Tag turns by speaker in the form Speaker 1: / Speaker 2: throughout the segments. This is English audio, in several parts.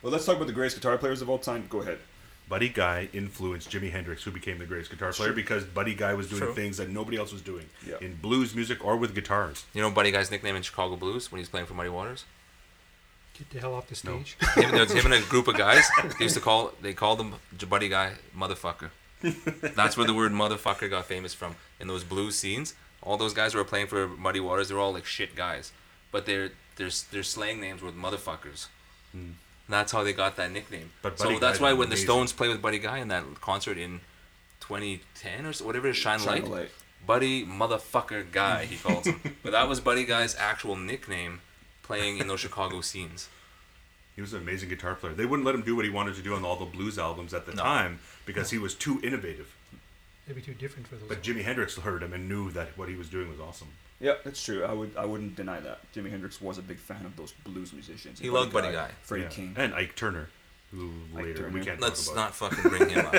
Speaker 1: Well, let's talk about the greatest guitar players of all time. Go ahead.
Speaker 2: Buddy Guy influenced Jimi Hendrix, who became the greatest guitar player because Buddy Guy was doing
Speaker 3: True.
Speaker 2: things that nobody else was doing
Speaker 1: Yeah.
Speaker 2: in blues music or with guitars.
Speaker 4: You know Buddy Guy's nickname in Chicago Blues when he's playing for Muddy Waters?
Speaker 3: Get the hell off the stage.
Speaker 4: Him, there was him and a group of guys. They used to call they called him Buddy Guy motherfucker. That's where the word motherfucker got famous from. In those blues scenes, all those guys who were playing for Muddy Waters, they're all like shit guys. But their their their slang names were motherfuckers. That's how they got that nickname.
Speaker 2: Hmm. But
Speaker 4: so
Speaker 2: Buddy
Speaker 4: that's
Speaker 2: Guy's
Speaker 4: why when the
Speaker 2: amazing.
Speaker 4: Stones play with Buddy Guy in that concert in 2010 or so, whatever, Shine,
Speaker 1: Shine
Speaker 4: Light,
Speaker 1: a Light.
Speaker 4: Buddy Motherfucker Guy, he calls him. but that was Buddy Guy's actual nickname playing in those Chicago scenes.
Speaker 2: He was an amazing guitar player. They wouldn't let him do what he wanted to do on all the blues albums at the time because he was too innovative.
Speaker 3: It'd be too different for those.
Speaker 2: But Jimi Hendrix heard him and knew that what he was doing was awesome.
Speaker 1: Yeah, that's true. I would I wouldn't deny that. Jimi Hendrix was a big fan of those blues musicians.
Speaker 4: He loved Buddy Guy.
Speaker 1: Freddie
Speaker 2: Yeah.
Speaker 1: King.
Speaker 2: and Ike Turner, who
Speaker 1: Ike
Speaker 2: later
Speaker 1: Turner.
Speaker 2: we can't
Speaker 4: Let's
Speaker 2: talk
Speaker 4: not
Speaker 2: about.
Speaker 4: fucking bring him up.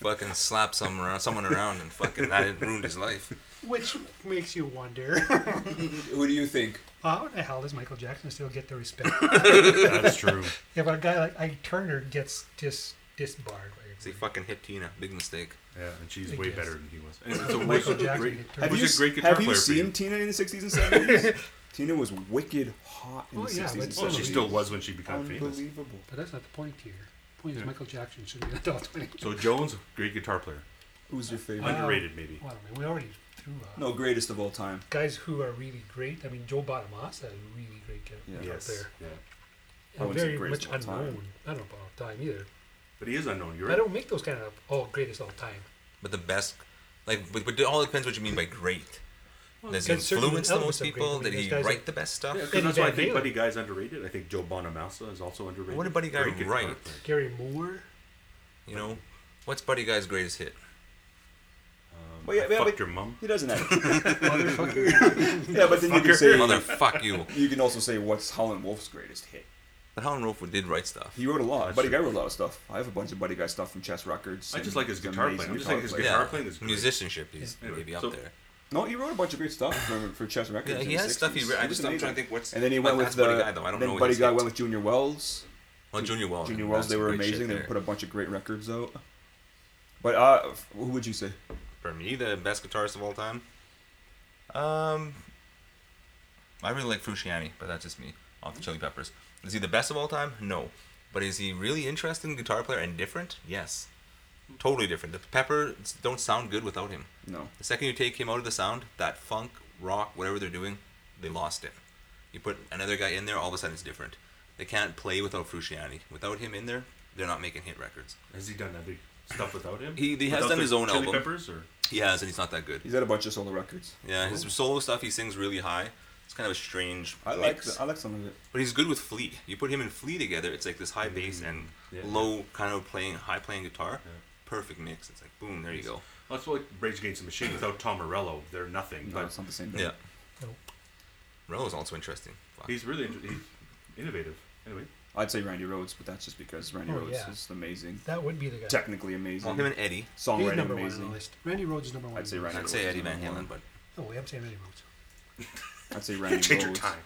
Speaker 4: fucking slap someone around, someone around and fucking that ruined his life.
Speaker 3: Which makes you wonder,
Speaker 1: Who do you think?
Speaker 3: how the hell does Michael Jackson still get the respect?
Speaker 2: That's true.
Speaker 3: if a guy like Ike Turner gets dis disbarred, right?
Speaker 4: So he fucking hit Tina. Big mistake.
Speaker 2: Yeah, and she's
Speaker 3: I
Speaker 2: way
Speaker 3: guess.
Speaker 2: better than he was. And so
Speaker 3: Michael
Speaker 2: was a
Speaker 3: Jackson
Speaker 2: great-
Speaker 3: hit Turner.
Speaker 1: Have
Speaker 2: was
Speaker 1: you,
Speaker 2: a great guitar
Speaker 1: have you
Speaker 2: player. for
Speaker 1: seen
Speaker 2: you. Oh,
Speaker 1: Tina in the 60s and 70s? Tina was wicked hot in
Speaker 3: Oh,
Speaker 1: the
Speaker 3: yeah,
Speaker 1: 60s and
Speaker 3: but-
Speaker 2: Well,
Speaker 1: 70s.
Speaker 2: she still was when she became famous.
Speaker 1: Unbelievable.
Speaker 3: but that's not the point here. The point is Michael Jackson should be the top twenty.
Speaker 2: So Jones, great guitar player,
Speaker 1: Who's your favorite?
Speaker 3: Uh,
Speaker 2: underrated maybe.
Speaker 3: Well, I mean, we already threw out
Speaker 1: no, greatest of all time.
Speaker 3: guys who are really great. I mean, Joe Bonamassa is a really great guy
Speaker 1: Yeah.
Speaker 3: out
Speaker 2: Yes.
Speaker 3: there.
Speaker 2: Yeah.
Speaker 1: I
Speaker 3: And
Speaker 1: wouldn't say
Speaker 3: very
Speaker 1: greatest
Speaker 3: much
Speaker 1: of all time.
Speaker 3: unknown. I don't know about all time either.
Speaker 2: But he is unknown. You're
Speaker 3: I
Speaker 2: right.
Speaker 3: don't make those kind of all greatest all time.
Speaker 4: But the best, like, but, but it all depends what you mean by great. Does he
Speaker 3: there's certain
Speaker 4: influence the
Speaker 3: elements
Speaker 4: most
Speaker 3: of great. I
Speaker 4: people?
Speaker 3: mean,
Speaker 4: Did he
Speaker 3: those guys are-
Speaker 4: write the best stuff?
Speaker 2: Yeah, 'cause
Speaker 3: Eddie
Speaker 2: that's why I
Speaker 3: Van
Speaker 2: think
Speaker 3: Halen.
Speaker 2: Buddy Guy's underrated. I think Joe Bonamassa is also underrated.
Speaker 4: What did Buddy Guy
Speaker 2: Great guitar
Speaker 4: write?
Speaker 2: player.
Speaker 3: Gary Moore.
Speaker 4: You know, what's Buddy Guy's greatest hit?
Speaker 1: But yeah,
Speaker 2: Um, I
Speaker 1: yeah,
Speaker 2: fucked
Speaker 1: but
Speaker 2: your mum.
Speaker 1: he doesn't have. yeah, but then you can say
Speaker 4: Motherfuck you.
Speaker 1: you can also say what's Howlin' Wolf's greatest hit.
Speaker 4: But Helen Roper did write stuff.
Speaker 1: He wrote a lot.
Speaker 2: That's
Speaker 1: Buddy
Speaker 2: true.
Speaker 1: Guy wrote a lot of stuff. I have a bunch of Buddy Guy stuff from Chess Records.
Speaker 2: I just
Speaker 1: and
Speaker 2: like his
Speaker 1: he's
Speaker 2: guitar
Speaker 1: amazing
Speaker 2: playing. I'm just
Speaker 1: guitar
Speaker 2: saying his
Speaker 1: player.
Speaker 2: guitar playing is great.
Speaker 4: musicianship. He's
Speaker 2: Anyway,
Speaker 4: maybe up
Speaker 2: so-
Speaker 4: there.
Speaker 1: No, he wrote a bunch of great stuff for, for Chess Records.
Speaker 4: Yeah,
Speaker 1: in
Speaker 4: he
Speaker 1: the
Speaker 4: has stuff he
Speaker 1: 60s.
Speaker 4: wrote. I
Speaker 1: He was
Speaker 4: just- I'm
Speaker 1: amazing.
Speaker 4: trying to think what's-
Speaker 1: And then he
Speaker 4: but
Speaker 1: went with
Speaker 4: that's
Speaker 1: the.
Speaker 4: Buddy Guy, though. I don't
Speaker 1: then
Speaker 4: know what
Speaker 1: Buddy
Speaker 4: his
Speaker 1: Guy
Speaker 4: hits.
Speaker 1: went with Junior Wells.
Speaker 4: Well, Junior Wells.
Speaker 1: Junior Wells,
Speaker 4: Oh, that's
Speaker 1: they
Speaker 4: some
Speaker 1: were
Speaker 4: great shit
Speaker 1: amazing. They
Speaker 4: there.
Speaker 1: put a bunch of great records out. But uh, f- who would you say?
Speaker 4: For me, the best guitarist of all time. Um, I really like Frusciante, but that's just me. Off the Chili Peppers. Is he the best of all time? No. But is he really interesting guitar player and different? Yes. Totally different. The Peppers don't sound good without him.
Speaker 1: No.
Speaker 4: The second you take him out of the sound, that funk, rock, whatever they're doing, they lost it. You put another guy in there, all of a sudden it's different. They can't play without Frusciante. Without him in there, they're not making hit records.
Speaker 2: Has he done other stuff without him?
Speaker 4: He- he has
Speaker 2: Without
Speaker 4: done
Speaker 2: the
Speaker 4: his own
Speaker 2: Chili
Speaker 4: album.
Speaker 2: Peppers or
Speaker 4: He has, and he's not that good.
Speaker 1: He's had a bunch of solo records.
Speaker 4: Yeah, his solo stuff he sings really high. It's kind of a strange
Speaker 1: I like
Speaker 4: mix,
Speaker 1: the, I like some of it.
Speaker 4: but he's good with Flea. You put him and Flea together, it's like this high bass and
Speaker 2: yeah.
Speaker 4: low kind of playing high playing guitar. Perfect mix. It's like boom, there you go.
Speaker 2: Well, that's like Rage Against the Machine. Without Tom Morello, they're nothing.
Speaker 1: No,
Speaker 2: but
Speaker 1: it's not the same thing.
Speaker 4: Yeah,
Speaker 3: No.
Speaker 4: Rello's also interesting. Fuck.
Speaker 2: he's really inter- he's innovative. Anyway,
Speaker 1: I'd say Randy Rhodes, but that's just because Randy
Speaker 3: Oh,
Speaker 1: Rhodes
Speaker 3: yeah.
Speaker 1: is amazing,
Speaker 3: That would be the guy.
Speaker 1: technically
Speaker 4: well,
Speaker 1: amazing,
Speaker 4: him and Eddie.
Speaker 3: He's
Speaker 1: songwriting
Speaker 3: number one on
Speaker 1: amazing.
Speaker 3: the list. Randy Rhodes is number one.
Speaker 1: I'd say
Speaker 3: on the
Speaker 1: Randy
Speaker 4: I'd
Speaker 1: Rhodes.
Speaker 4: say
Speaker 1: is
Speaker 4: Eddie Van
Speaker 1: number
Speaker 4: Halen,
Speaker 1: one.
Speaker 4: but
Speaker 3: list. No way, I'm saying Randy Rhodes.
Speaker 1: I'd say Randy
Speaker 2: change your
Speaker 1: Rhodes.
Speaker 2: time.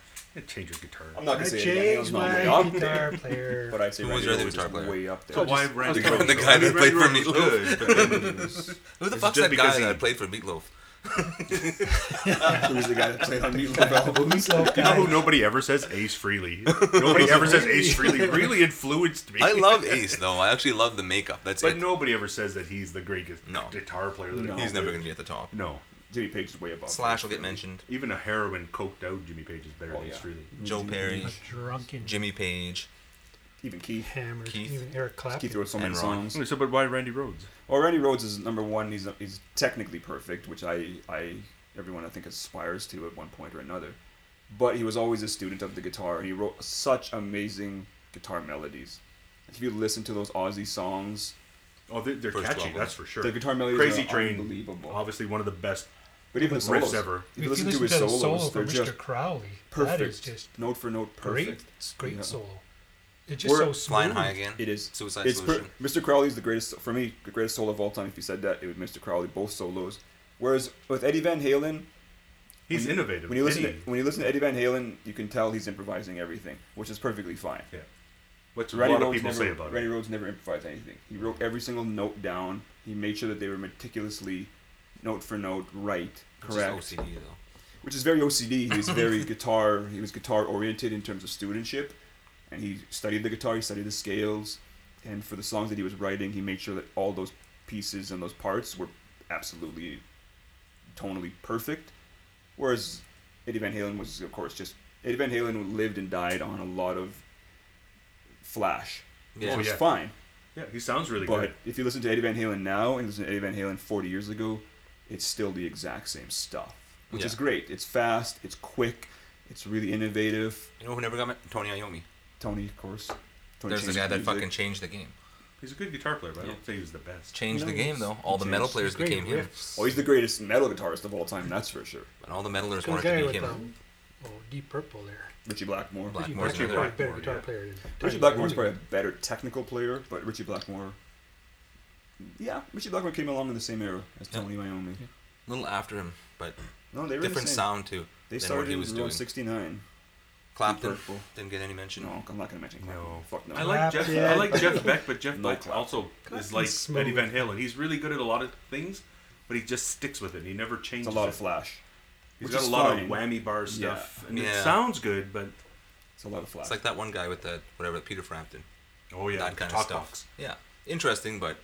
Speaker 2: Change your guitar.
Speaker 1: I'm not gonna
Speaker 3: I
Speaker 1: say Eddie Van Halen's
Speaker 3: changed
Speaker 1: not
Speaker 3: my
Speaker 1: way up
Speaker 3: guitar
Speaker 1: there,
Speaker 3: player.
Speaker 1: but I'd say
Speaker 4: Who
Speaker 1: Randy
Speaker 4: was your other
Speaker 1: Rhodes is
Speaker 4: guitar player?
Speaker 1: way up there.
Speaker 2: So why
Speaker 3: just-
Speaker 2: Randy?
Speaker 3: I was
Speaker 2: Rhodes?
Speaker 4: the guy
Speaker 2: I mean,
Speaker 4: that played
Speaker 2: Randy
Speaker 4: for
Speaker 2: Rhodes was good, but then
Speaker 4: who the
Speaker 2: Is it just
Speaker 4: fuck's that guy
Speaker 2: because he-
Speaker 4: that played for Meatloaf?
Speaker 1: Who's the guy that played on Meatloaf albums?
Speaker 2: You know who nobody ever says? Ace Freely. Nobody ever says Ace Freely. Really influenced me.
Speaker 4: I love Ace though. I actually love the makeup. That's
Speaker 2: But
Speaker 4: it.
Speaker 2: nobody ever says that he's the great gu-
Speaker 4: No.
Speaker 2: guitar player. That
Speaker 1: No.
Speaker 4: he's never gonna be at the top.
Speaker 2: No.
Speaker 1: Jimmy Page is way above.
Speaker 4: Slash will get mentioned.
Speaker 2: Even a heroin coked out Jimmy Page is better
Speaker 1: Oh,
Speaker 2: than Ace
Speaker 1: yeah.
Speaker 2: Freely.
Speaker 4: Joe Perry,
Speaker 3: A drunken
Speaker 4: Jimmy Page.
Speaker 1: Even Keith.
Speaker 3: hammered.
Speaker 4: Keith.
Speaker 3: Even Eric Clapton.
Speaker 1: Keith wrote so many
Speaker 4: And Ron.
Speaker 1: songs.
Speaker 2: So, but why Randy Rhodes?
Speaker 1: Well, Randy Rhodes is number one. He's he's technically perfect, which I I everyone I think aspires to at one point or another. But he was always a student of the guitar, and he wrote such amazing guitar melodies. If you listen to those Aussie songs,
Speaker 2: Oh, they're, they're
Speaker 4: First
Speaker 2: catchy,
Speaker 4: album.
Speaker 2: that's for sure.
Speaker 1: The guitar melodies
Speaker 2: Crazy
Speaker 1: are
Speaker 2: Train,
Speaker 1: unbelievable.
Speaker 2: obviously one of the best.
Speaker 1: but even the
Speaker 2: Riffs
Speaker 1: solos,
Speaker 2: ever.
Speaker 1: If you listen, to his
Speaker 3: the
Speaker 1: solos,
Speaker 3: solo
Speaker 1: they're
Speaker 3: from Mr.
Speaker 1: just
Speaker 3: Crowley,
Speaker 1: perfect,
Speaker 3: that is just
Speaker 1: note for note,
Speaker 3: great,
Speaker 1: perfect.
Speaker 3: great
Speaker 1: Yeah.
Speaker 3: solo. It's just
Speaker 1: We're
Speaker 3: so smooth.
Speaker 4: Flying high again.
Speaker 1: It is
Speaker 4: Suicide
Speaker 1: it's per-
Speaker 4: Solution.
Speaker 1: Mr. Crowley is the greatest for me, the greatest solo of all time. If you said that, it would Mr. Crowley both solos. Whereas with Eddie Van Halen, When
Speaker 2: He's
Speaker 1: you-
Speaker 2: innovative.
Speaker 1: When you listen,
Speaker 2: Eddie.
Speaker 1: to, when you listen to Eddie Van Halen, you can tell he's improvising everything, which is perfectly fine.
Speaker 2: yeah. Which
Speaker 1: Randy
Speaker 2: a lot
Speaker 1: Rhodes
Speaker 2: of people
Speaker 1: never,
Speaker 2: say about
Speaker 1: Randy
Speaker 2: it.
Speaker 1: Rhodes never improvised anything. He wrote every single note down. He made sure that they were meticulously, note for note, right,
Speaker 4: Which is
Speaker 1: correct.
Speaker 4: OCD though.
Speaker 1: which is very OCD. He was very guitar. He was guitar oriented in terms of studentship, and he studied the guitar. He studied the scales, and for the songs that he was writing, he made sure that all those pieces and those parts were absolutely tonally perfect. Whereas Eddie Van Halen was, of course, just Eddie Van Halen lived and died on a lot of flash,
Speaker 4: Yeah.
Speaker 1: which was
Speaker 2: yeah.
Speaker 1: fine.
Speaker 2: Yeah, he sounds really
Speaker 1: But
Speaker 2: good.
Speaker 1: if you listen to Eddie Van Halen now and listen to Eddie Van Halen 40 years ago, it's still the exact same stuff, which
Speaker 4: Yeah.
Speaker 1: is great. It's fast, it's quick, it's really innovative.
Speaker 4: You know who never got me? Tony Iommi.
Speaker 1: Tony, of course. Tony
Speaker 4: There's the
Speaker 1: changed
Speaker 4: guy that
Speaker 1: music.
Speaker 4: fucking changed the game.
Speaker 2: He's a good guitar player, but I
Speaker 1: Yeah.
Speaker 2: don't say he was the best.
Speaker 4: Changed the
Speaker 1: No,
Speaker 4: game
Speaker 1: he's-
Speaker 4: though. All
Speaker 1: he
Speaker 4: the metal
Speaker 1: changed.
Speaker 4: players
Speaker 3: Great
Speaker 4: became him,
Speaker 3: riffs.
Speaker 1: Oh, he's the greatest metal guitarist of all time, that's for sure.
Speaker 4: and all the metalers
Speaker 3: Comes
Speaker 4: wanted to
Speaker 3: guy
Speaker 4: be
Speaker 3: with
Speaker 4: him.
Speaker 3: the, oh, Deep Purple there.
Speaker 1: Richie Blackmore.
Speaker 4: Black-
Speaker 3: Richie
Speaker 4: Blackmore's
Speaker 3: Blackmore's
Speaker 2: another
Speaker 3: probably a better
Speaker 2: Blackmore,
Speaker 3: guitar
Speaker 2: yeah.
Speaker 3: player than
Speaker 1: Richie Blackmore's probably a better technical player, but Richie Blackmore. Yeah, Richie Blackmore came along in the same era as
Speaker 4: Yeah.
Speaker 1: Tony Iommi.
Speaker 4: A little after him, but
Speaker 1: No, they were
Speaker 4: different
Speaker 1: the same.
Speaker 4: sound too
Speaker 1: They
Speaker 4: than what
Speaker 1: started
Speaker 4: he
Speaker 1: in
Speaker 4: was doing.
Speaker 1: around '69.
Speaker 4: Clapton
Speaker 1: Purple.
Speaker 4: didn't get any mention.
Speaker 1: No, I'm not gonna mention. Clapton.
Speaker 2: No.
Speaker 1: fuck no.
Speaker 2: I like Jeff. I
Speaker 3: Clapton.
Speaker 2: like Jeff Beck, but Jeff
Speaker 1: No
Speaker 2: Beck
Speaker 1: clap.
Speaker 2: also is
Speaker 3: Clapton's
Speaker 2: like
Speaker 3: smooth.
Speaker 2: Eddie Van Halen. He's really good at a lot of things, but he just sticks with it. He never changes.
Speaker 1: it's a lot of
Speaker 2: it.
Speaker 1: flash.
Speaker 2: He's
Speaker 1: which
Speaker 2: got
Speaker 1: is
Speaker 2: a lot
Speaker 1: fine.
Speaker 2: of whammy bar
Speaker 1: Yeah.
Speaker 2: stuff, and it
Speaker 4: Yeah.
Speaker 2: sounds good, but
Speaker 1: It's a lot of flash.
Speaker 4: It's like that one guy with the whatever Peter Frampton.
Speaker 2: oh yeah,
Speaker 4: that kind
Speaker 2: talk
Speaker 4: of stuff.
Speaker 2: box.
Speaker 4: Yeah, interesting, but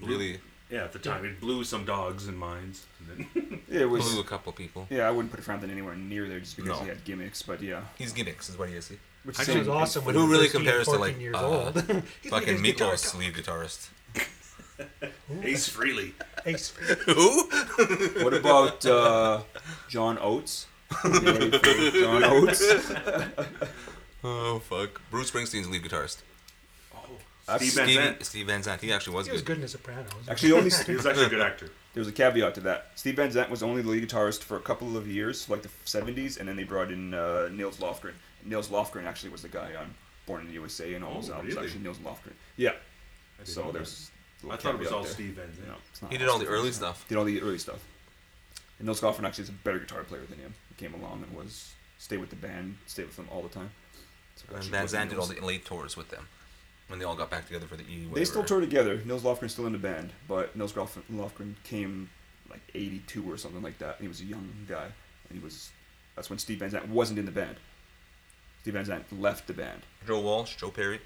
Speaker 4: really
Speaker 2: Yeah, at the time it blew some dogs and minds. And then-
Speaker 1: it was.
Speaker 4: blew a couple people.
Speaker 1: Yeah, I wouldn't put Frampton anywhere near there just because
Speaker 4: No.
Speaker 1: he had gimmicks, but yeah.
Speaker 4: He's gimmicks, is what he is. He
Speaker 1: Which
Speaker 3: It was awesome when
Speaker 4: who
Speaker 3: he
Speaker 4: really
Speaker 3: was 13,
Speaker 4: compares to,
Speaker 3: 14
Speaker 4: like,
Speaker 3: years
Speaker 4: uh,
Speaker 3: old. He's the
Speaker 4: fucking
Speaker 3: biggest guitar
Speaker 4: meatloaf's lead guitarist.
Speaker 2: Ace Freely.
Speaker 3: guy. Ace
Speaker 4: Who?
Speaker 1: What about uh, John Oates? You ready for John Oates.
Speaker 4: Oh fuck! Bruce Springsteen's lead guitarist.
Speaker 1: I've
Speaker 2: Steve
Speaker 1: seen-
Speaker 2: Van
Speaker 4: Steve
Speaker 2: Zandt.
Speaker 4: Steve Van Zandt. He actually was
Speaker 3: He was
Speaker 4: good.
Speaker 3: good in the Sopranos.
Speaker 1: Actually, only
Speaker 2: He
Speaker 1: there
Speaker 2: was actually a good actor.
Speaker 1: was a caveat to that. Steve Van Zandt was only the lead guitarist for a couple of years, like the '70s, and then they brought in uh, Nils Lofgren. Nils Lofgren actually was the guy on Born in the USA and all those
Speaker 2: Oh,
Speaker 1: albums.
Speaker 2: really?
Speaker 1: Actually, Nils Lofgren. Yeah.
Speaker 2: I didn't
Speaker 1: So
Speaker 2: know
Speaker 1: there's. a
Speaker 2: that.
Speaker 1: little
Speaker 2: I thought it was
Speaker 1: caveat
Speaker 2: all
Speaker 1: there.
Speaker 2: Steve Van Zandt.
Speaker 1: No, it's not
Speaker 4: He did all the
Speaker 1: Steve
Speaker 4: early
Speaker 1: Van Zandt.
Speaker 4: stuff.
Speaker 1: Did all the early stuff. And Nils Goffin actually is a better guitar player than him. He came along and was stay with the band, stay with them all the time. So
Speaker 4: And
Speaker 1: actually
Speaker 4: Van
Speaker 1: wasn't
Speaker 4: Zandt did all
Speaker 1: Nils-
Speaker 4: the late tours with them when they all got back together for the E.
Speaker 1: They still tour
Speaker 4: whatever.
Speaker 1: together. Nils Lofgren's still in the band, but Nils Goff- Lofgren came like '82 or something like that. And he was a young guy, and he was. That's when Steve Van Zandt wasn't in the band. Steve Van Zandt left the band.
Speaker 4: Joe Walsh, Joe Perry,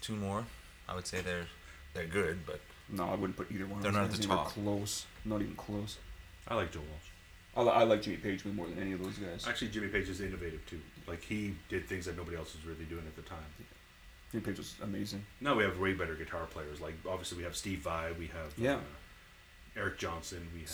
Speaker 4: two more. I would say they're they're good, but
Speaker 1: No, I wouldn't put either one. of
Speaker 4: They're
Speaker 1: those
Speaker 4: not at
Speaker 1: guys
Speaker 4: the
Speaker 1: anywhere
Speaker 4: top.
Speaker 1: Close, not even close.
Speaker 2: I like Joe Walsh.
Speaker 1: I, li- I like Jimmy Page way more than any of those guys.
Speaker 2: Actually, Jimmy Page is innovative too. Like he did things that nobody else was really doing at the time.
Speaker 1: Jimmy Page was amazing.
Speaker 2: Now we have way better guitar players. Like obviously we have Steve Vai, we have
Speaker 1: Yeah.
Speaker 2: uh, Eric Johnson, we have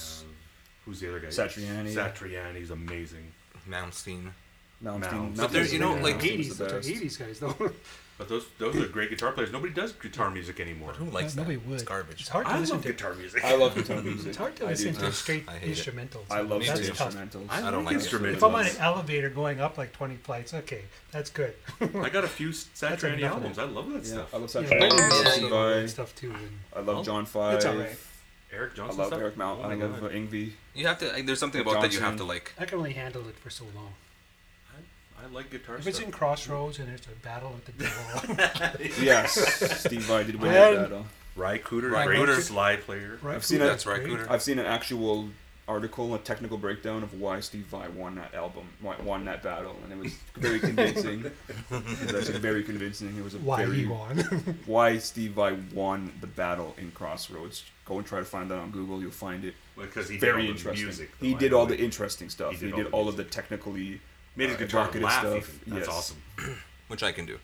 Speaker 2: who's the other guy?
Speaker 1: Satriani.
Speaker 2: Satriani's amazing.
Speaker 4: Malmsteen.
Speaker 1: Now,
Speaker 2: Now,
Speaker 1: Steve-
Speaker 2: but
Speaker 1: now
Speaker 4: there-
Speaker 1: Steve's
Speaker 4: you
Speaker 1: in the
Speaker 4: know,
Speaker 1: band.
Speaker 4: like,
Speaker 1: Now Steve's
Speaker 3: 80s,
Speaker 1: the best.
Speaker 3: 80s guys though.
Speaker 2: But those those are great guitar players. Nobody does guitar music anymore.
Speaker 4: Who likes that?
Speaker 3: Nobody would.
Speaker 4: It's garbage.
Speaker 3: It's hard to
Speaker 2: I
Speaker 3: listen
Speaker 2: love
Speaker 3: to.
Speaker 2: guitar music.
Speaker 1: I love guitar music.
Speaker 3: It's hard to
Speaker 1: I do
Speaker 3: listen
Speaker 1: too.
Speaker 3: to straight
Speaker 4: I hate it.
Speaker 3: instrumentals.
Speaker 1: I love
Speaker 4: Me
Speaker 3: that's
Speaker 1: straight
Speaker 4: too.
Speaker 3: tough.
Speaker 1: instrumentals.
Speaker 2: I
Speaker 4: I don't
Speaker 2: don't
Speaker 4: like
Speaker 2: like
Speaker 4: it.
Speaker 2: instrumentals.
Speaker 3: If I'm on an elevator going up like 20 flights, okay, that's good.
Speaker 2: I got a few Satriani
Speaker 3: enough.
Speaker 2: albums. I love that
Speaker 1: Yeah,
Speaker 2: stuff.
Speaker 1: I love
Speaker 3: Yeah,
Speaker 1: Satriani.
Speaker 4: Yeah,
Speaker 1: I love
Speaker 4: you-
Speaker 1: Levi.
Speaker 3: stuff too. And
Speaker 1: I love John Five.
Speaker 3: it's alright.
Speaker 2: Eric
Speaker 1: I
Speaker 2: Johnson.
Speaker 1: love
Speaker 2: stuff?
Speaker 1: Eric Mount.
Speaker 2: Oh
Speaker 1: I
Speaker 2: my
Speaker 1: love
Speaker 2: God.
Speaker 1: uh, Ingvi.
Speaker 4: You have to. Like, there's something
Speaker 1: Like
Speaker 4: about that you have to
Speaker 1: Johnson.
Speaker 4: like.
Speaker 3: I can only handle it for so long.
Speaker 2: I, I like guitar
Speaker 3: If
Speaker 2: stuff.
Speaker 3: it's in Crossroads and there's a battle with the devil,
Speaker 1: Yes, Steve Vai did win
Speaker 3: Man.
Speaker 1: that battle.
Speaker 2: Ry Cooter,
Speaker 4: Ry
Speaker 2: great
Speaker 4: Cooter.
Speaker 2: slide player.
Speaker 3: right?
Speaker 1: I've seen
Speaker 3: Cooter,
Speaker 1: it.
Speaker 4: That's right,
Speaker 3: right?
Speaker 4: Cooter.
Speaker 1: I've seen an actual article, a technical breakdown of why Steve Vai won that album, why- won that battle, and it was very convincing. it was actually very convincing. It was a
Speaker 3: Why
Speaker 1: very
Speaker 3: he won.
Speaker 1: why Steve Vai won the battle in Crossroads. Go and try to find that on Google. You'll find it.
Speaker 2: Because he
Speaker 1: very
Speaker 2: did all the
Speaker 1: interesting.
Speaker 2: music.
Speaker 1: he
Speaker 2: though,
Speaker 1: did
Speaker 2: I
Speaker 1: all
Speaker 2: believe.
Speaker 1: the interesting stuff. He did, all, of the
Speaker 2: music.
Speaker 1: technically
Speaker 2: Made his
Speaker 1: uh,
Speaker 2: guitar
Speaker 1: evocative
Speaker 2: laugh.
Speaker 1: stuff.
Speaker 2: Even. That's
Speaker 1: Yes.
Speaker 2: awesome.
Speaker 4: which I can do.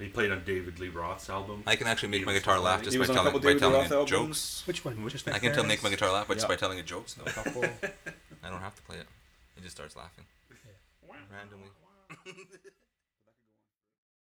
Speaker 2: He played on David Lee Roth's album.
Speaker 4: I can actually make my guitar laugh just
Speaker 1: He
Speaker 4: by
Speaker 1: was on a couple David
Speaker 4: telling by
Speaker 1: Lee
Speaker 4: telling
Speaker 1: Roth
Speaker 4: it
Speaker 1: albums.
Speaker 4: jokes.
Speaker 3: Which one? Just
Speaker 4: I can tell make my
Speaker 3: McFerrin's?
Speaker 4: guitar laugh by- just
Speaker 1: Yeah.
Speaker 4: by telling it jokes. Though.
Speaker 1: Couple.
Speaker 4: I don't have to play it. It just starts laughing randomly.